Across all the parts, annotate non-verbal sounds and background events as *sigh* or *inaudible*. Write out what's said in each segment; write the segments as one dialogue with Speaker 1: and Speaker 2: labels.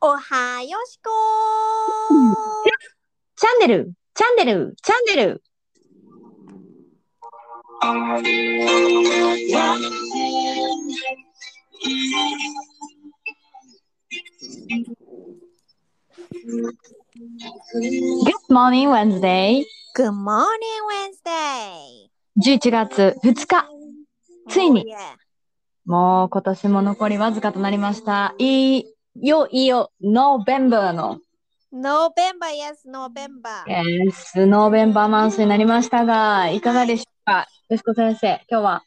Speaker 1: おはよ
Speaker 2: *laughs*
Speaker 1: しこ
Speaker 2: チャンネル、チャンネル、チャンネル。Good morning Wednesday。
Speaker 1: Good morning, Wednesday!
Speaker 2: 11月2日。ついに
Speaker 1: Oh, yeah.
Speaker 2: もう今年も残りわずかとなりました。いいよ、いいよ、ノーベンバーの。
Speaker 1: November, yes, November.
Speaker 2: えー、スノーベンバーマンスになりましたが、いかがでしょうか、よしこ先生、今日は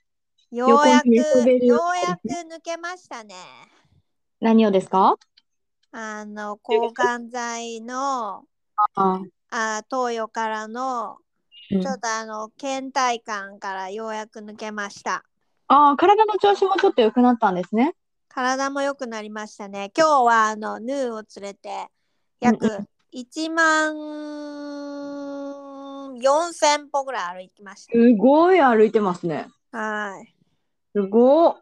Speaker 1: ようやく、
Speaker 2: 横に寝そべる
Speaker 1: ようやく抜けましたね。
Speaker 2: 何をですか
Speaker 1: あの、抗がん剤の、
Speaker 2: あ、
Speaker 1: あ投与からの、ち
Speaker 2: うん
Speaker 1: ょっとあの、倦怠感からようやく抜けました。
Speaker 2: あー、体の調子もちょっと良くなったんですね。
Speaker 1: 体も良くなりましたね。今日はあのヌーを連れて
Speaker 2: う
Speaker 1: 約1万4000歩ぐらい歩きまし
Speaker 2: すごい歩いてますね。
Speaker 1: た。はい。
Speaker 2: すごい。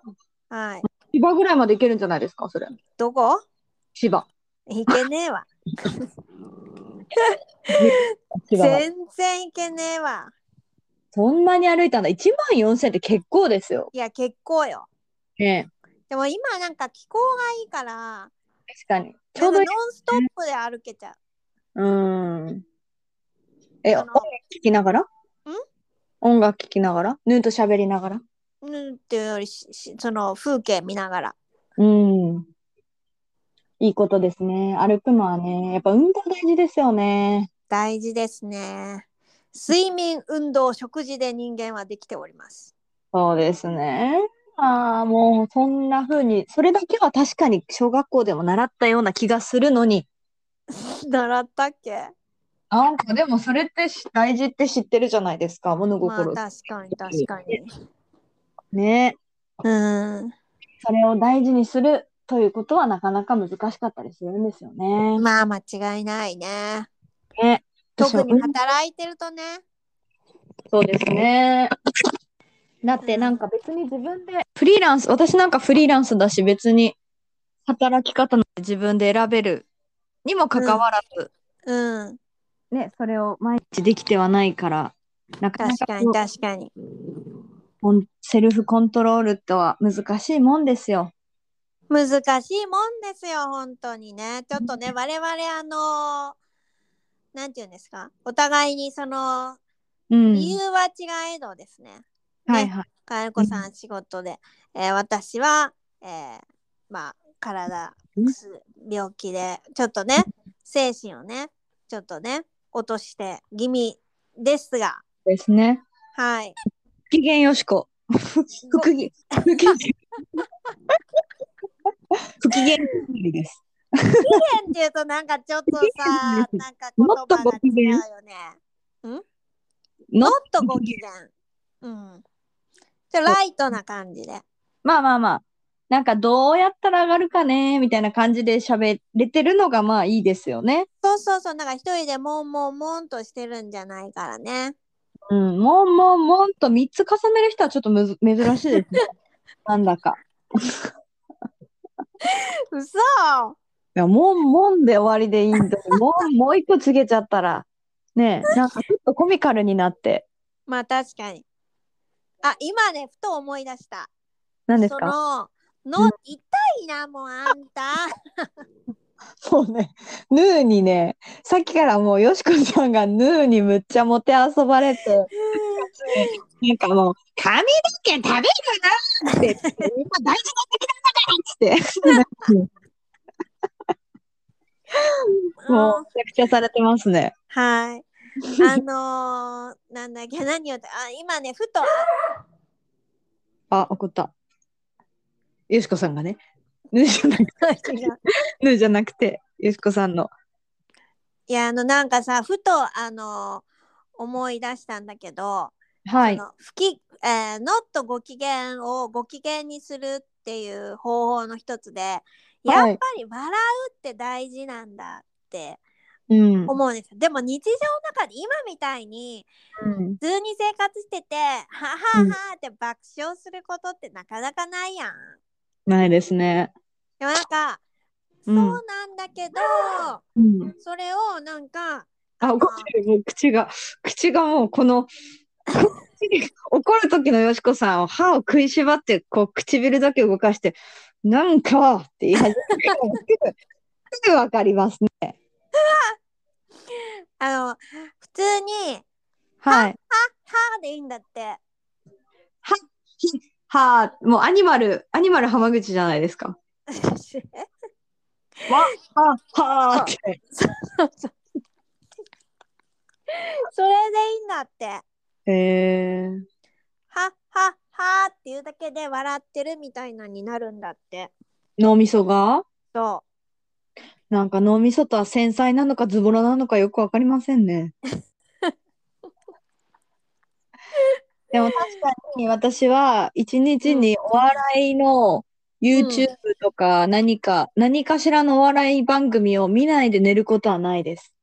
Speaker 1: はい。
Speaker 2: 千葉ぐらいまで行けるんじゃないですか、それ。
Speaker 1: どこ
Speaker 2: 千葉。
Speaker 1: 行けねえ
Speaker 2: *laughs*
Speaker 1: わ。
Speaker 2: 千葉まで
Speaker 1: 全然行けねえわ。
Speaker 2: そんなに歩いたんだ。1万4000って結構ですよ。
Speaker 1: いや、結構よ。
Speaker 2: ね
Speaker 1: でも今なんか気候がいいから、
Speaker 2: え確かに。ち
Speaker 1: な
Speaker 2: ょ
Speaker 1: ん
Speaker 2: う
Speaker 1: か
Speaker 2: どい
Speaker 1: ノ
Speaker 2: い。
Speaker 1: ンストップで歩けちゃう。
Speaker 2: うーん。え、
Speaker 1: あ
Speaker 2: 音
Speaker 1: の
Speaker 2: 楽聴きながら音楽聴きながらヌーと喋りながら
Speaker 1: ヌーっていうよりししその風景見ながら。
Speaker 2: うん。いいことですね。歩くのはね、やっぱ運動大事ですよね。
Speaker 1: 大事ですね。睡眠、運動、食事で人間はできております。
Speaker 2: そうですね。ああ、もうそんな風に、それだけは確かに小学校でも習ったような気がするのに。
Speaker 1: 習ったっけ
Speaker 2: なんかでもそれってし大事って知ってるじゃないですか、物
Speaker 1: まあ
Speaker 2: 心。
Speaker 1: 確かに確かに。
Speaker 2: ね。
Speaker 1: うん。
Speaker 2: それを大事にするということはなかなか難しかったりするんですよね。
Speaker 1: まあ間違いないね。
Speaker 2: ね私は
Speaker 1: 特に働いてるとね。
Speaker 2: そうですね。だってなんか別に自分でフリーランス、私なんかフリーランスだし別に働き方なんて自分で選べるにもかかわらず、
Speaker 1: うん。
Speaker 2: ね、それを毎日できてはないから、なかな
Speaker 1: 確
Speaker 2: か
Speaker 1: か
Speaker 2: こ
Speaker 1: に
Speaker 2: う
Speaker 1: 確かに。
Speaker 2: コンセルフコントロールとは難しいもんですよ。
Speaker 1: 難しいもんですよ、本当にね。ちょっとね、我々あのなんて言うんですかお互いにその
Speaker 2: うん。
Speaker 1: 理由は違えどですね。
Speaker 2: はいはい。
Speaker 1: かえこさん仕事で、えー私は、えーまあ体
Speaker 2: うん
Speaker 1: す病気でちょっとね精神をねちょっとね落として気味ですが
Speaker 2: ですね。
Speaker 1: はい
Speaker 2: 不機嫌よしこ。不機嫌。不機嫌。 *laughs* 不機嫌です。
Speaker 1: 変っていうとなんかちょっとさ
Speaker 2: 不機嫌です
Speaker 1: なんか言
Speaker 2: もっと
Speaker 1: 葉
Speaker 2: ご
Speaker 1: が
Speaker 2: 機
Speaker 1: 違う
Speaker 2: 嫌
Speaker 1: よねも
Speaker 2: の
Speaker 1: っとご機嫌うんちょライトな感じで
Speaker 2: まあまあまあ、なんかどうやったら上がるかね、みたいな感じで喋れてるのがまあいいですよね。
Speaker 1: そうそうそうなんか一人でもんもんもんとしてるんじゃないからね
Speaker 2: うん、もんもんもんと3つ重ねる人はちょっとむず珍しい
Speaker 1: *laughs*
Speaker 2: ですね。なんだか。
Speaker 1: 嘘
Speaker 2: いや、もんもんで終わりでいいんだ *laughs* けど、もん、もう一個つけちゃったら、ねえ、なんかちょっとコミカルになって、
Speaker 1: まあ確かにあ今ねふと思い出した
Speaker 2: 何ですか
Speaker 1: かその
Speaker 2: う
Speaker 1: の
Speaker 2: ん
Speaker 1: 痛いなもうあんた
Speaker 2: そうね、ヌーにね、さっきからもうよしこちゃんがヌーにむっちゃもてあそばれて、なんかもう、髪の毛食べるなって、今大事 *laughs* な時なんだからっつって、 *laughs* もう、めちゃくちゃされてますね。
Speaker 1: はいあのー、なんだっけ何をってあ今ねふとあ
Speaker 2: あ、怒った。よしこさんがね、ヌーじゃなくて、 *laughs*
Speaker 1: 違う
Speaker 2: ヌーじゃなくて、よしこさんの。
Speaker 1: いやあのなんかさふとあのー思い出したんだけど、
Speaker 2: はい
Speaker 1: そ。の不きえー、ノットご機嫌をご機嫌にするっていう方法の一つでやっぱ
Speaker 2: はい
Speaker 1: り笑うって大事なんだって
Speaker 2: うん。
Speaker 1: 思うんですよ、でも日常の中で今みたいに
Speaker 2: うん
Speaker 1: 普通に生活してて、はは
Speaker 2: うん
Speaker 1: はって爆笑することってなかなかないやん。
Speaker 2: ないですね。
Speaker 1: でもなんか、
Speaker 2: うん
Speaker 1: そうなんだけど
Speaker 2: うん、
Speaker 1: それをなんか
Speaker 2: あ、怒ってる。もう口が、口がもうこの、 *laughs* 怒る時のよしこさんを歯を食いしばって、こう唇だけ動かして、なんかって言い始めるからすぐ、すぐわかりますね。
Speaker 1: あの普通に
Speaker 2: *laughs* はい。
Speaker 1: 「は」でいいんだって *laughs*
Speaker 2: はもうアニマル、アニマル浜口じゃないですか。ははーって。
Speaker 1: それでいいんだって
Speaker 2: えー、
Speaker 1: 「は」「は」「は」っていうだけで笑ってるみたいなになるんだって
Speaker 2: 脳みそが
Speaker 1: そ
Speaker 2: なんか脳みそとは繊細なのかズボラなのかよくわかりません *laughs* ね。でも確かに私は一日にお笑いの YouTube とか何か、何かしらのお笑い番組を見ないで寝ることはないです。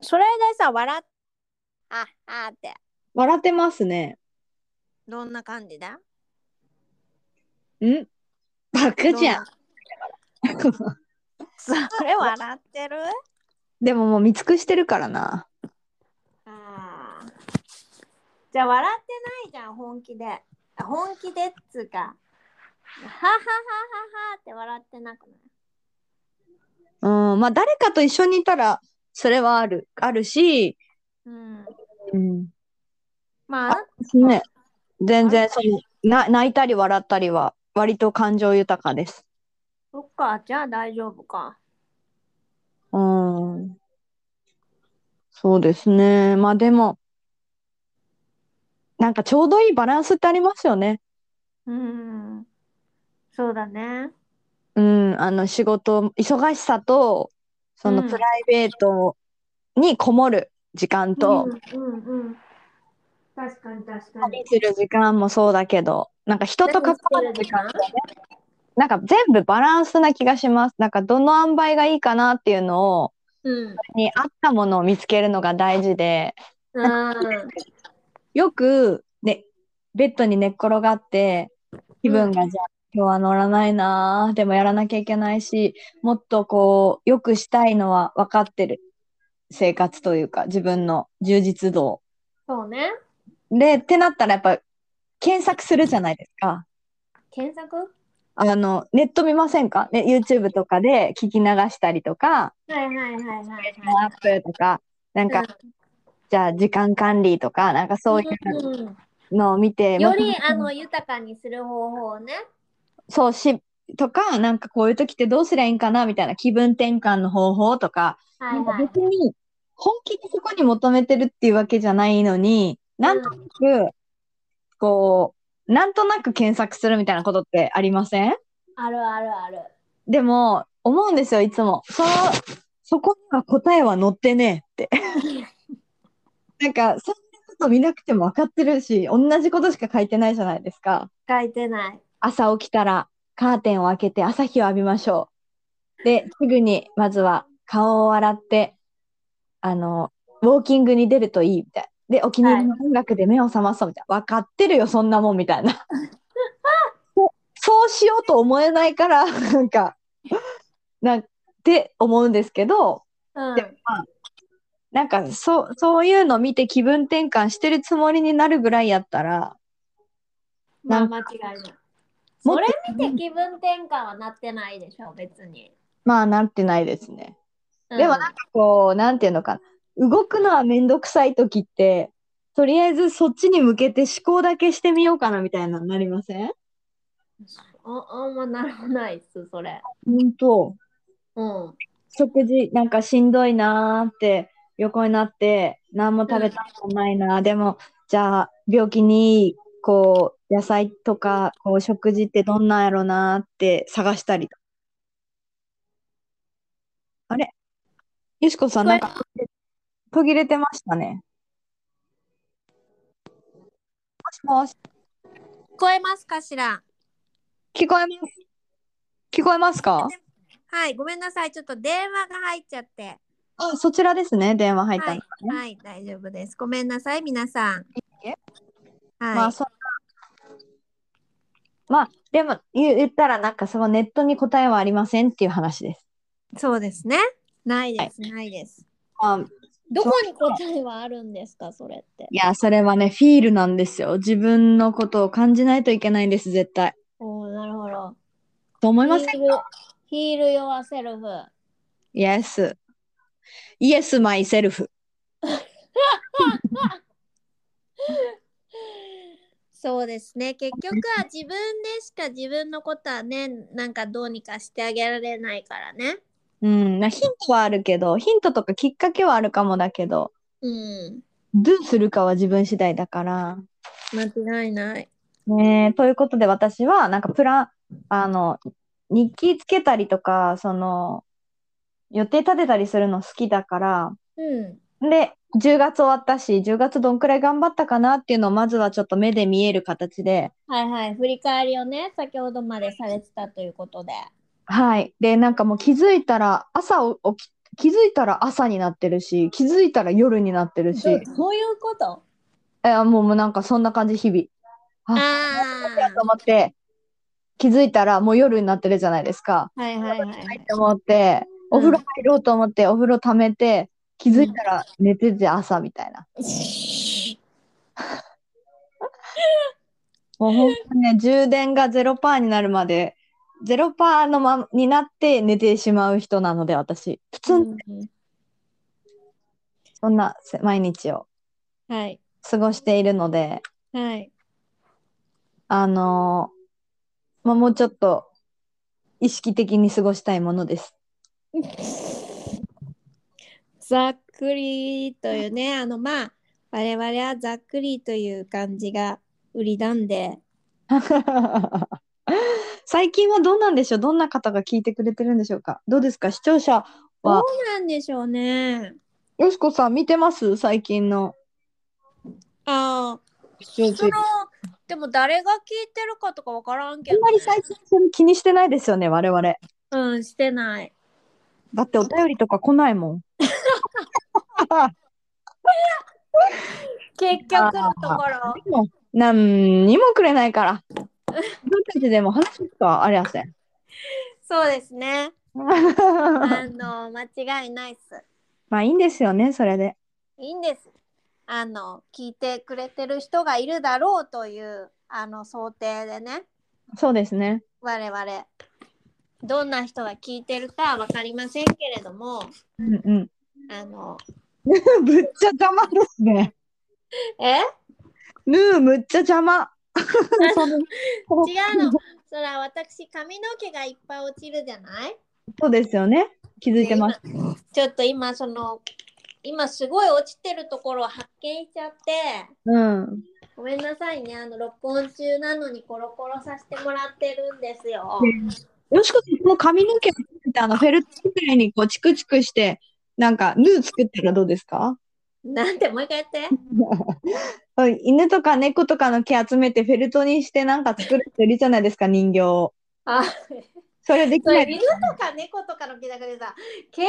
Speaker 1: うそれでさ笑っ「ああ」って
Speaker 2: 笑ってますね。
Speaker 1: どんな感じだ
Speaker 2: んバカじゃん。
Speaker 1: どんな *laughs* それ笑ってる
Speaker 2: でももう見尽くしてるからな。
Speaker 1: あーじゃあ笑ってないじゃん本気であ本気でっつうかははははははって笑ってなくない
Speaker 2: うん、まあ誰かと一緒にいたらそれはある、あるし、
Speaker 1: うん
Speaker 2: うん、
Speaker 1: まあ
Speaker 2: ね、全然そのな泣いたり笑ったりは割と感情豊かです。
Speaker 1: そっかじゃあ大丈夫か
Speaker 2: うん。そうですね。まあでも、なんかちょうどいいバランスってありますよね。
Speaker 1: うんそうだね
Speaker 2: うん、あの仕事、忙しさと、その
Speaker 1: うん
Speaker 2: プライベートにこもる時間と、
Speaker 1: うんうんうん確かに確か
Speaker 2: 旅する時間もそうだけど、なんか人と関わる時間とかね、なんか全部バランスな気がします。なんかどの塩梅がいいかなっていうのを、
Speaker 1: うん
Speaker 2: に合ったものを見つけるのが大事で
Speaker 1: うん
Speaker 2: よく、ね、ベッドに寝っ転がって気分がじゃあ今日は乗らないなあでもやらなきゃいけないしもっとこうよくしたいのは分かってる生活というか自分の充実度
Speaker 1: そうね
Speaker 2: でってなったらやっぱ検索するじゃないですか。
Speaker 1: 検索
Speaker 2: あのネット見ませんか、ね、YouTube とかで聞き流したりとか
Speaker 1: はいはいはいはいはい
Speaker 2: アップルとかなんか、じゃあ時間管理とかなんかそういう
Speaker 1: うん
Speaker 2: のを見て、
Speaker 1: よりあの豊かにする方法をね
Speaker 2: そうし、とか、なんかこういう時ってどうすりゃいいんかなみたいな気分転換の方法とか、
Speaker 1: はい
Speaker 2: な
Speaker 1: は
Speaker 2: ん
Speaker 1: い
Speaker 2: か別に本気でそこに求めてるっていうわけじゃないのに、なんとなく、こう、なんとなく検索するみたいなことってありません
Speaker 1: あるあるある
Speaker 2: でも、思うんですよ、いつも。その、そこには答えは載ってねえ
Speaker 1: *laughs*
Speaker 2: って。なんか、そんなこと見なくても分かってるし、同じことしか書いてないじゃないですか。
Speaker 1: 書いてない
Speaker 2: 朝起きたらカーテンを開けて朝日を浴びましょう。で、すぐにまずは顔を洗って、あの、ウォーキングに出るといいみたいな。で、お気に入りの音楽で目を覚まそうみたいな。分かってるよ、そんなもんみたいな。そそうしようと思えないから、なんか、なんて思うんですけど、
Speaker 1: うん
Speaker 2: でなんかそう、そういうの見て気分転換してるつもりになるぐらいやったら、
Speaker 1: ま
Speaker 2: な
Speaker 1: あ
Speaker 2: ん
Speaker 1: 間違いない
Speaker 2: もっ
Speaker 1: そ
Speaker 2: と
Speaker 1: れ見て気分転換はなってないでしょ別に、
Speaker 2: まあなってないですね。
Speaker 1: うん
Speaker 2: でもなんかこう、なんていうのかな、動くのはめんどくさい時って、とりあえずそっちに向けて思考だけしてみようかなみたいなのになりません
Speaker 1: ああんまならないっすそれ
Speaker 2: 本当
Speaker 1: うん
Speaker 2: 食事なんかしんどいなーって横になって何も食べたことないなー、でもじゃあ病気にいいこう野菜とかこう食事ってどんなんやろなーって探したりとあれよしこさんなんか途切れてましたねもしもし
Speaker 1: 聞こえますかしら
Speaker 2: 聞こえます聞こえますか
Speaker 1: はいごめんなさいちょっと電話が入っちゃって
Speaker 2: あそちらですね電話入った
Speaker 1: は
Speaker 2: の
Speaker 1: い、はい、大丈夫ですごめんなさい皆さん
Speaker 2: いえ
Speaker 1: はい、
Speaker 2: まあそんなまあでも言う言ったらなんかそのネットに答えはありませんっていう話です。
Speaker 1: そうですね。ないです、ないです。
Speaker 2: まあ、
Speaker 3: どこに答えはあるんですかそれって
Speaker 2: い。や、それはね、フィールなんですよ。自分のことを感じないといけないんです、絶対。
Speaker 3: おおなるほど。
Speaker 2: と思いません
Speaker 3: ヒール、ヒールヨアセルフ。
Speaker 2: ?Yes。Yes, myself。
Speaker 1: そうですね結局は自分でしか自分のことはねなんかどうにかしてあげられないからね
Speaker 2: うん、なヒントはあるけど、ヒントとかきっかけはあるかもだけど、
Speaker 1: うん
Speaker 2: どうするかは自分次第だから。
Speaker 1: 間違いない
Speaker 2: ねえということで私は、なんかプラン、あの、日記つけたりとか、その、予定立てたりするの好きだから、
Speaker 3: うん。
Speaker 2: で、10月終わったし、10月どんくらい頑張ったかなっていうのをまずはちょっと目で見える形で、
Speaker 3: はいはい。振り返りをね、先ほどまでされてたということで。
Speaker 2: はい。で、なんかもう気づいたら朝を起き、気づいたら朝になってるし、気づいたら夜になってるし
Speaker 3: ど、どういうこと
Speaker 2: え、もうもうなんかそんな感じ、日々。
Speaker 1: あ
Speaker 2: やと思って、気づいたらもう夜になってるじゃないですか。
Speaker 1: あはいはいはいは
Speaker 2: はいい、と思って、お風呂入ろうと思って、お風呂溜めて、気づいたら寝てて朝みたいな。もう本当に
Speaker 3: *laughs*
Speaker 2: ね、充電が0%になるまで、0%のまになって寝てしまう人なので、私。普通に
Speaker 3: うん
Speaker 2: そんなせ毎日を
Speaker 1: はい
Speaker 2: 過ごしているので、
Speaker 1: はい
Speaker 2: あのーまあ、もうちょっと意識的に過ごしたいものです。 *laughs*
Speaker 1: ざっくりというねあのまあ我々はざっくりという感じが売りなんで
Speaker 2: 最近はどうなんでしょうどんな方が聞いてくれてるんでしょうかどうですか視聴者
Speaker 1: どう
Speaker 2: は
Speaker 1: なんでしょうね
Speaker 2: よしこさん見てます最近の
Speaker 1: ああ
Speaker 2: 視聴
Speaker 1: そのでも誰が聞いてるかとかわからんけ
Speaker 2: あん
Speaker 1: ど、
Speaker 2: まり最近それ気にしてないですよね我々だ
Speaker 1: うんしてない
Speaker 2: ってお便りとか来ないもん
Speaker 1: 結局のところ
Speaker 2: でも何にもくれないから僕たちでも話すかありませ *laughs* ん
Speaker 1: そうです *laughs* ね
Speaker 2: ま
Speaker 1: あの間違いないっす。
Speaker 2: あいいんですよねそれで
Speaker 1: いいんです。あの聞いてくれてる人がいるだろうというあの想定でね
Speaker 2: そうですね
Speaker 1: 我々どんな人が聞いてるかは分かりませんけれども
Speaker 2: うんうん
Speaker 1: あの
Speaker 2: *laughs* ぶっちゃ邪魔ですね
Speaker 1: え
Speaker 2: ぬーむっちゃ邪魔
Speaker 1: 違うのそれは私髪の毛がいっぱい落ちるじゃない
Speaker 2: そうですよね。気づいてます。
Speaker 1: ちょっと今その今すごい落ちてるところを発見しちゃって
Speaker 2: うん。
Speaker 1: ごめんなさいねあの録音中なのにコロコロさせてもらってるんですよ。
Speaker 2: よしこさん、この髪の毛を作って、あの、フェルトみたいにこう、チクチクして、なんか、ヌー作ったらどうですか
Speaker 1: なんてもう一回やって。
Speaker 2: はい犬とか猫とかの毛集めて、フェルトにしてなんか作る人いるじゃないですか、人形を。
Speaker 1: あ、
Speaker 2: それでき
Speaker 1: そ
Speaker 2: な
Speaker 1: れ
Speaker 2: い、で
Speaker 1: 犬とか猫とかの毛だけでさ、毛糸じゃ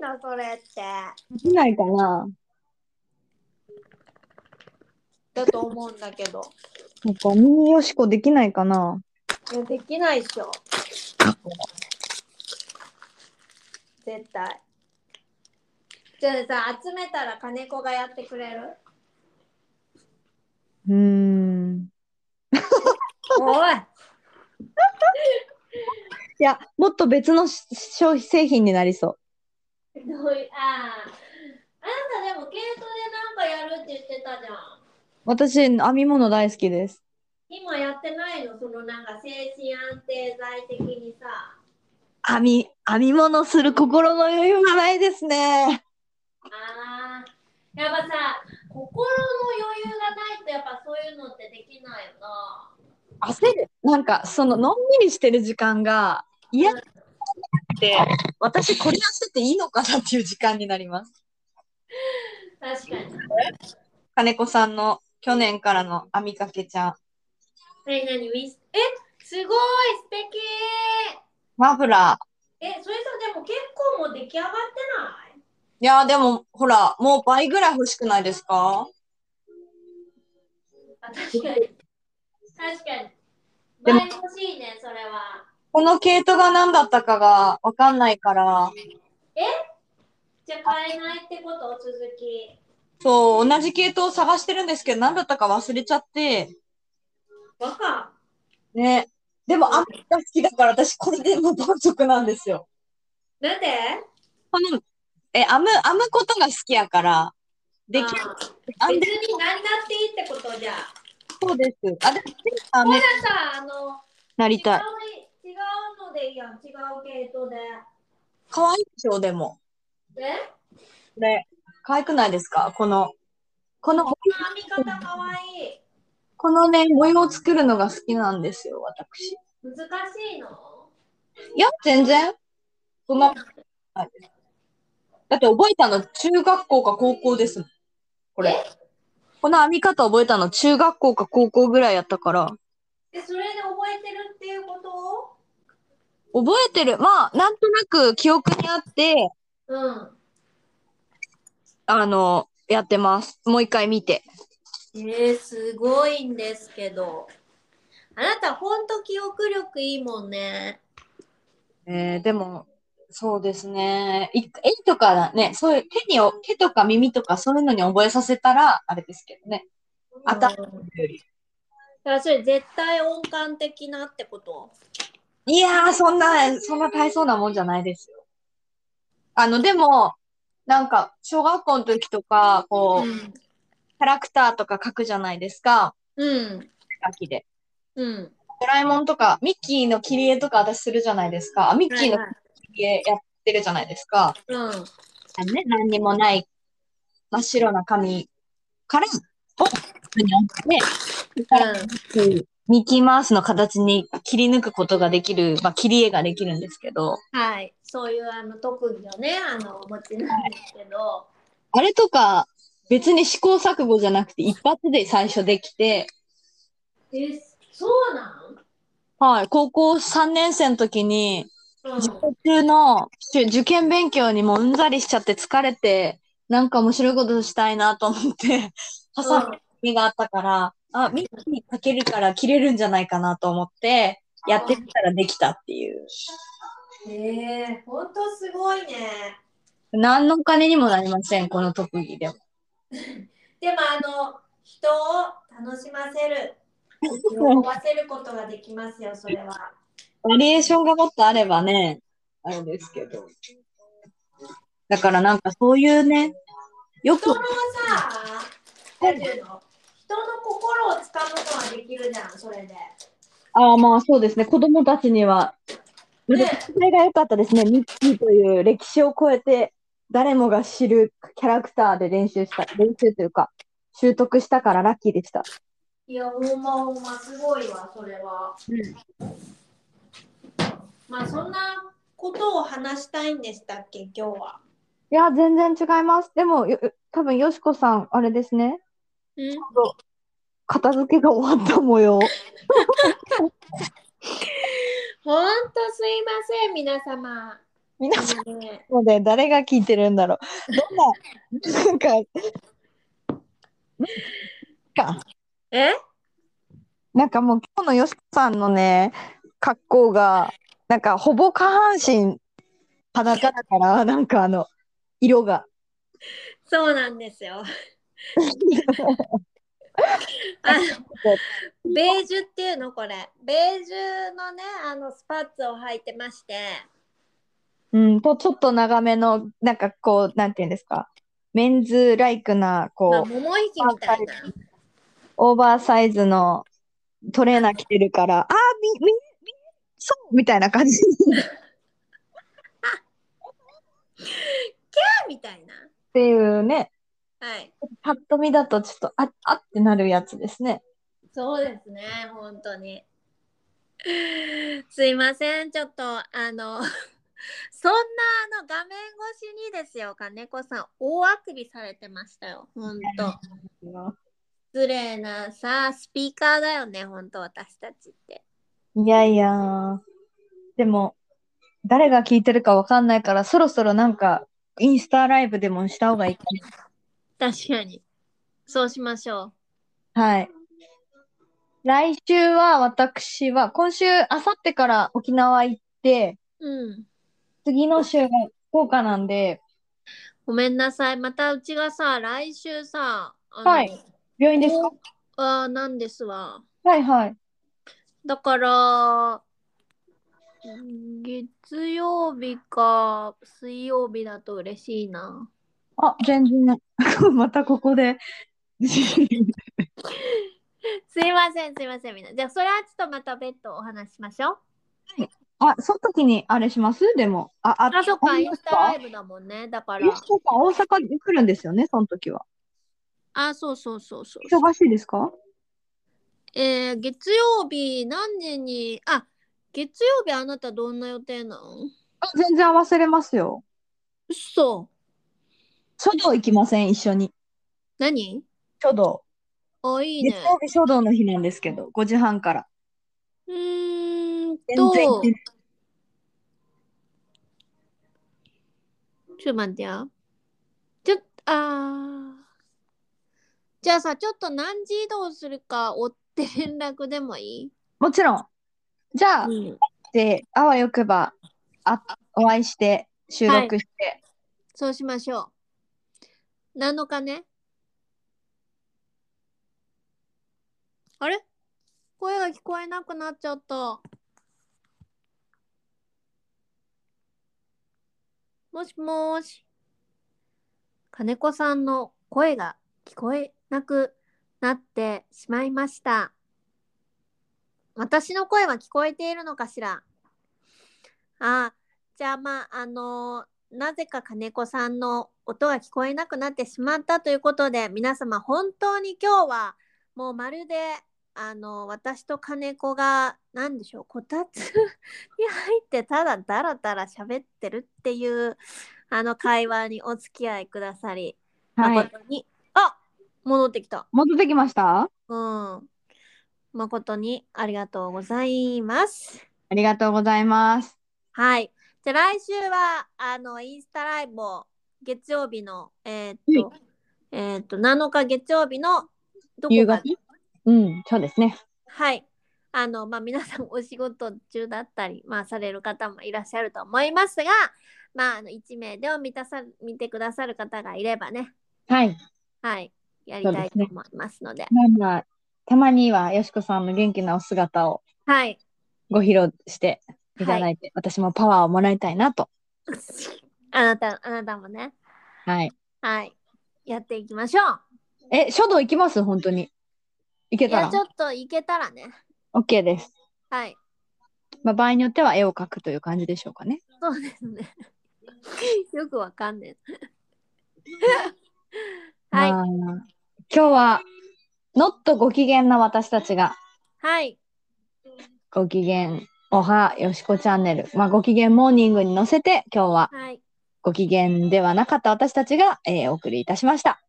Speaker 1: ないのそれって。
Speaker 2: きないかな
Speaker 1: だと思うんだけど。
Speaker 2: なんか、ミニよしこできないかない
Speaker 1: やできないっしょ。絶対。じゃあさ、集めたら金子がやってくれる
Speaker 2: うーん。
Speaker 1: おい
Speaker 2: いや、もっと別のし消費製品になりそう。
Speaker 1: どういあーあんたでも毛糸でなんかやるって言ってたじゃん。
Speaker 2: 私、編み物大好きです。
Speaker 1: 今やってないのそのなんか精神安定剤的にさ。
Speaker 2: 編み、編み物する心の余裕がないですね。
Speaker 1: あーやっぱさ心の余裕がないとやっぱそういうのってできないよな
Speaker 2: 焦る。なんか、その、のんびりしてる時間が嫌になって、私これやってていいのかなっていう時間になります。
Speaker 1: 確かに
Speaker 2: 金子さんの去年からの編みかけちゃん。
Speaker 1: 何何ウィスえすごい素敵
Speaker 2: マフラー。
Speaker 1: えそれさでも結構もう出来上がってない
Speaker 2: いやーでも、ほら、もう倍ぐらい欲しくないですか
Speaker 1: あ確かに確かに
Speaker 2: でも
Speaker 1: 倍欲しいねそれは
Speaker 2: ほこの毛糸が何だったかがわかんないから、
Speaker 1: じゃあ買えないってこと続き。
Speaker 2: そう、同じ毛糸を探してるんですけど、何だったか忘れちゃって、
Speaker 1: バカ。
Speaker 2: ね。でも、雨が好きだから、私、これでもう満足なんですよ。
Speaker 1: なんで
Speaker 2: この、え、編む、編むことが好きやから、できる。
Speaker 1: あ
Speaker 2: 編ん
Speaker 1: 別
Speaker 2: で
Speaker 1: に何だっていいってことじゃあ。
Speaker 2: そうです。あ、でも、あ
Speaker 1: ほら
Speaker 2: ね、
Speaker 1: さ、あの、
Speaker 2: な
Speaker 1: 違
Speaker 2: りたい。
Speaker 1: う違うのでいいやん。違う系統で。
Speaker 2: 可愛いでしょ、でも。
Speaker 1: で、
Speaker 2: これ、可愛くないですかこの、この、
Speaker 1: この編み方かわいい。
Speaker 2: このね、模様を作るのが好きなんですよ、私。
Speaker 1: 難しいの
Speaker 2: いや、全然。そんな、はいだって覚えたの中学校か高校ですもん。これ。この編み方覚えたの中学校か高校ぐらいやったから。
Speaker 1: で、それで覚えてるっていうこ
Speaker 2: 覚えてる。まあ、なんとなく記憶にあって、
Speaker 1: とうん。
Speaker 2: あの、やってます。もう一回見て。
Speaker 1: えー、すごいんですけど。あなた、ほんと記憶力いいもんね。
Speaker 2: えー、でも、そうですね。い絵とかね、そういう手にお、手とか耳とかそういうのに覚えさせたら、あれですけどね。頭
Speaker 1: うんだ
Speaker 2: より。
Speaker 1: からそれ絶対音感的なってこと
Speaker 2: いやー、そんな、そんな大層なもんじゃないですよ。あの、でも、なんか、小学校の時とか、こう、キ
Speaker 1: ん。
Speaker 2: ャラクターとか書くじゃないですか。
Speaker 1: うん。
Speaker 2: 書きで。
Speaker 1: うん。
Speaker 2: ドラえもんとか、ミッキーの切り絵とか私するじゃないですか。あ、ミッキーの
Speaker 1: はい
Speaker 2: 切り絵やってるじゃないですか。
Speaker 1: はいうん。
Speaker 2: あのね、何にもない真っ白な紙から、ポップに折って、ミッキーマウスの形に切り抜くことができる、まあ、切り絵ができるんですけど、
Speaker 1: はい、そういうあの特技をね、あのお持ちなんですけど、
Speaker 2: あれとか、別に試行錯誤じゃなくて、一発で最初できて、
Speaker 1: え、そうなん？
Speaker 2: はい、高校3年生の時に、
Speaker 1: うん
Speaker 2: 授業中の受受験勉強にもううんざりしちゃって疲れて、なんか面白いことしたいなと思って、ハサ
Speaker 1: うん
Speaker 2: ミがあったから、あ、ミッキーにかけるから切れるんじゃないかなと思って、やってみたらできたっていう。
Speaker 1: えー、ほんとすごいね。
Speaker 2: 何のお金にもなりません、この特技でも。
Speaker 1: でもあの人を楽しませ
Speaker 2: *laughs*
Speaker 1: る、喜ばせることができますよ、それは。
Speaker 2: バリエーションがもっとあればね、あれですけど。だからなんかそういうね、よく
Speaker 1: 人、のさ、なんていうの？人の心をつかむことができるじゃん、それで。
Speaker 2: ああまあそうですね、子供たちには、
Speaker 1: ね
Speaker 2: それが良かったですね、ミッキーという歴史を超えて、誰もが知るキャラクターで練習した、練習というか、習得したからラッキーでした。
Speaker 1: いや、ほんまほんますごいわ、それは。まあ、そんなことを話したいんでしたっけ、今日は。
Speaker 2: いや、全然違います。でも、よ多分よしこさん、あれですね、
Speaker 1: うん
Speaker 2: 片付けが終わった模
Speaker 1: ほ
Speaker 2: 様。
Speaker 1: んとすいません、皆様。
Speaker 2: 皆さん
Speaker 1: ね
Speaker 2: ので、誰が聞いてるんだろう。どんな、なんか、か
Speaker 1: え
Speaker 2: なんかもう今日のよしこさんのね、格好が、なんかほぼ下半身裸だから、なんかあの、色が。
Speaker 1: そうなんですよ。あのベージュっていうのこれベージュのねあのスパッツを履いてまして
Speaker 2: うん、と、ちょっと長めの、なんかこう、なんていうんですか、メンズライクな、
Speaker 1: まあ
Speaker 2: こう、
Speaker 1: 桃引きみたいな
Speaker 2: オーバーサイズのトレーナー着てるから、あー、み、み、み、そうみたいな感じ。
Speaker 1: みたいな
Speaker 2: っていうね、
Speaker 1: はい
Speaker 2: パッと見だとちょっとああってなるやつですね。
Speaker 1: そうですね本当にすいませんちょっとあの *laughs* そんなあの画面越しにですよ金子さん大あくびされてましたよ本当失礼なさスピーカーだよね本当私たちって
Speaker 2: いやいやー、でも、誰が聞いてるかわかんないから、そろそろなんか、インスタライブでもした方がいいか
Speaker 1: 確かにそうしましょう
Speaker 2: な。はい。来週は私は、今週、あさってから沖縄行って、
Speaker 1: うん。
Speaker 2: 次の週が福岡なんで、
Speaker 1: ごめんなさい。またうちがさ、来週さ、あの
Speaker 2: はい。病院ですか
Speaker 1: あーなんですわ。
Speaker 2: はいはい。
Speaker 1: だから、月曜日か水曜日だと嬉しいな。
Speaker 2: あ、全然。 *laughs* またここで。 *laughs*
Speaker 1: すいません、すいません、みんな。じゃあ、それはちょっとまた別途お話ししましょう。
Speaker 2: あ、その時にあれしますでも。あ、あ、
Speaker 1: あ、そっか、
Speaker 2: り
Speaker 1: イン
Speaker 2: ま
Speaker 1: ス
Speaker 2: す
Speaker 1: タライブだもんね。だから
Speaker 2: え、そうか、大阪に来るんですよね、その時は。
Speaker 1: あ、そうそうそうそう。
Speaker 2: 忙しいですか
Speaker 1: えー、月曜日何時に、あ、月曜日あなたどんな予定なの
Speaker 2: あ全然合わせれますよ。
Speaker 1: 嘘。
Speaker 2: 書道行きません、一緒に。
Speaker 1: 何
Speaker 2: 書道。
Speaker 1: あ、いいね
Speaker 2: 月。曜日書道の日なんですけど、5時半から。
Speaker 1: うーん
Speaker 2: 全
Speaker 1: と、
Speaker 2: 然
Speaker 1: ち
Speaker 2: 行
Speaker 1: ょ
Speaker 2: けない
Speaker 1: っと待ってよ。ちょっと、あーじゃあさ、ちょっと何時移動するか追って連絡でもいい
Speaker 2: もちろん。じゃあ、
Speaker 1: うん。
Speaker 2: で、あわよくば、あ、お会いして、収録して。
Speaker 1: そうしましょう。7日ね。あれ声が聞こえなくなっちゃった。もしもーし。金子さんの声が聞こえなくなってしまいました。私の声は聞こえているのかしらああ、じゃあまあ、あのーなぜか金子さんの音が聞こえなくなってしまったということで皆様本当に今日はもうまるであの私と金子が何でしょうこたつ *laughs* に入ってただダラダラ喋ってるっていうあの会話にお付き合いくださり、
Speaker 2: はい。
Speaker 1: 誠にあ戻ってきた
Speaker 2: 戻ってきました
Speaker 1: うん誠にありがとうございます。
Speaker 2: ありがとうございます。
Speaker 1: はい。じゃあ来週はあのインスタライブを月曜日のえーっと、えーっと7日月曜日のど
Speaker 2: 夕
Speaker 1: こか
Speaker 2: 方うん、そうですね。
Speaker 1: はい。あのまあ皆さんお仕事中だったりまあされる方もいらっしゃると思いますが、まああの1名でを満たさ見てくださる方がいればね、
Speaker 2: はい。
Speaker 1: はい、やりたいと思いますので、
Speaker 2: まあ、たまには、よしこさんの元気なお姿を
Speaker 1: はい。
Speaker 2: ご披露していただいて、私もパワーをもらいたいなと。
Speaker 1: あなたあなたもね、
Speaker 2: はい。
Speaker 1: はい、やっていきましょう。
Speaker 2: え、書道行きます本当に。行け
Speaker 1: い
Speaker 2: た
Speaker 1: や
Speaker 2: ら
Speaker 1: ち。ょっといけたらね、
Speaker 2: OK です。
Speaker 1: はい。
Speaker 2: まあ、場合によっては絵を描くという感じでしょうかね。
Speaker 1: そうです *laughs* ね。よくわかんねえ。 *laughs* はい、
Speaker 2: まあ今日は、ノットご機嫌な私たちが、
Speaker 1: はい、
Speaker 2: ご機嫌おはよしこチャンネル、まあ、ご機嫌モーニングに乗せて今日は
Speaker 1: はい。
Speaker 2: ご機嫌ではなかった私たちが、えーお送りいたしました。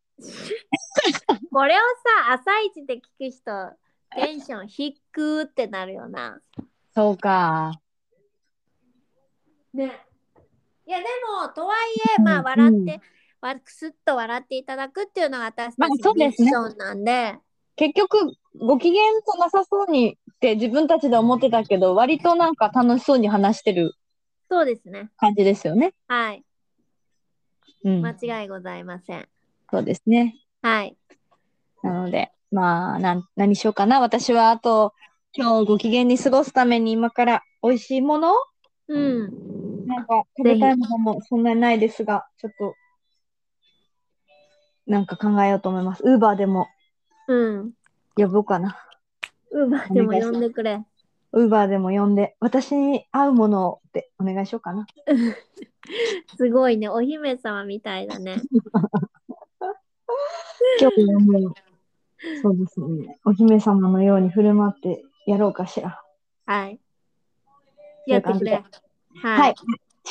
Speaker 1: これをさ、朝一で聞く人、テンション低くってなるよな。
Speaker 2: そうか。
Speaker 1: ね。いや、でも、とはいえ、
Speaker 2: うん
Speaker 1: まあ、笑
Speaker 2: う
Speaker 1: っ
Speaker 2: ん
Speaker 1: て、わくすっと笑っていただくっていうのが私
Speaker 2: ま
Speaker 1: た
Speaker 2: あ
Speaker 1: ち
Speaker 2: そ
Speaker 1: の
Speaker 2: うで
Speaker 1: ミッ
Speaker 2: す
Speaker 1: シ
Speaker 2: ね
Speaker 1: ョンなんで、
Speaker 2: 結局ご機嫌となさそうにって自分たちで思ってたけど割となんか楽しそうに話してる
Speaker 1: そうですね。
Speaker 2: 感じですよね。
Speaker 1: はい、
Speaker 2: うん、
Speaker 1: 間違いございません。
Speaker 2: そうですね。
Speaker 1: はい、
Speaker 2: なのでまあなん何しようかな私はあと今日ご機嫌に過ごすために今から美味しいもの
Speaker 1: うん。
Speaker 2: なんか食べたいものもそんなにないですが、ちょっと、なんか考えようと思います。ウーバーでも
Speaker 1: うん。
Speaker 2: 呼ぼうかな。
Speaker 1: うまでも呼んでくれ。
Speaker 2: ウーバーでも呼んで、私に合うものをってお願いしようかな。
Speaker 1: すごいね、お姫様みたいだね。
Speaker 2: 今日はもう、そうですね。お姫様のように振る舞ってやろうかしら。
Speaker 1: はい。
Speaker 2: そうい
Speaker 1: や
Speaker 2: う
Speaker 1: って
Speaker 2: 感じ
Speaker 1: く
Speaker 2: で
Speaker 1: れ。はい。
Speaker 2: はい。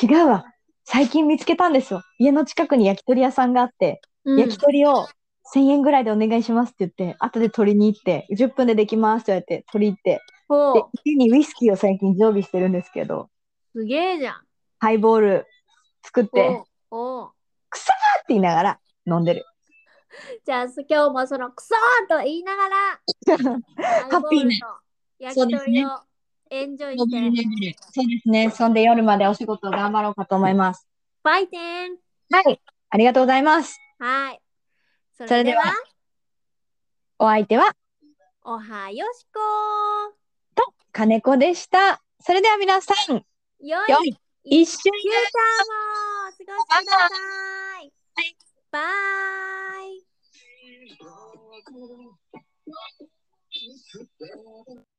Speaker 2: 違うわ。最近見つけたんですよ。家の近くに焼き鳥屋さんがあって、
Speaker 1: うん
Speaker 2: 焼き鳥を1000円ぐらいでお願いしますって言って、後で取りに行って、10分でできますって言われて、取り行って、で
Speaker 1: ほう
Speaker 2: 家にウイスキーを最近常備してるんですけど
Speaker 1: すげえじゃん。
Speaker 2: ハイボール作って
Speaker 1: おうおう
Speaker 2: 「くさー!」って言いながら飲んでる
Speaker 1: じゃあ今日もそのクソーと言いな
Speaker 2: *laughs*
Speaker 1: がら、ハ
Speaker 2: ッピーね。
Speaker 1: 焼き鳥をエンジョイして、
Speaker 2: そうですね。そんで夜までお仕事頑張ろうかと思います。
Speaker 1: バイテン
Speaker 2: はい。ありがとうございます。
Speaker 1: はい。そ
Speaker 2: そ
Speaker 1: れ
Speaker 2: れ
Speaker 1: で
Speaker 2: で
Speaker 1: は
Speaker 2: は、お相手は
Speaker 1: おはよしこ
Speaker 2: 金子でした。それでは皆さん、
Speaker 1: ーよい
Speaker 2: 良い一瞬
Speaker 1: フューターも過ごしてください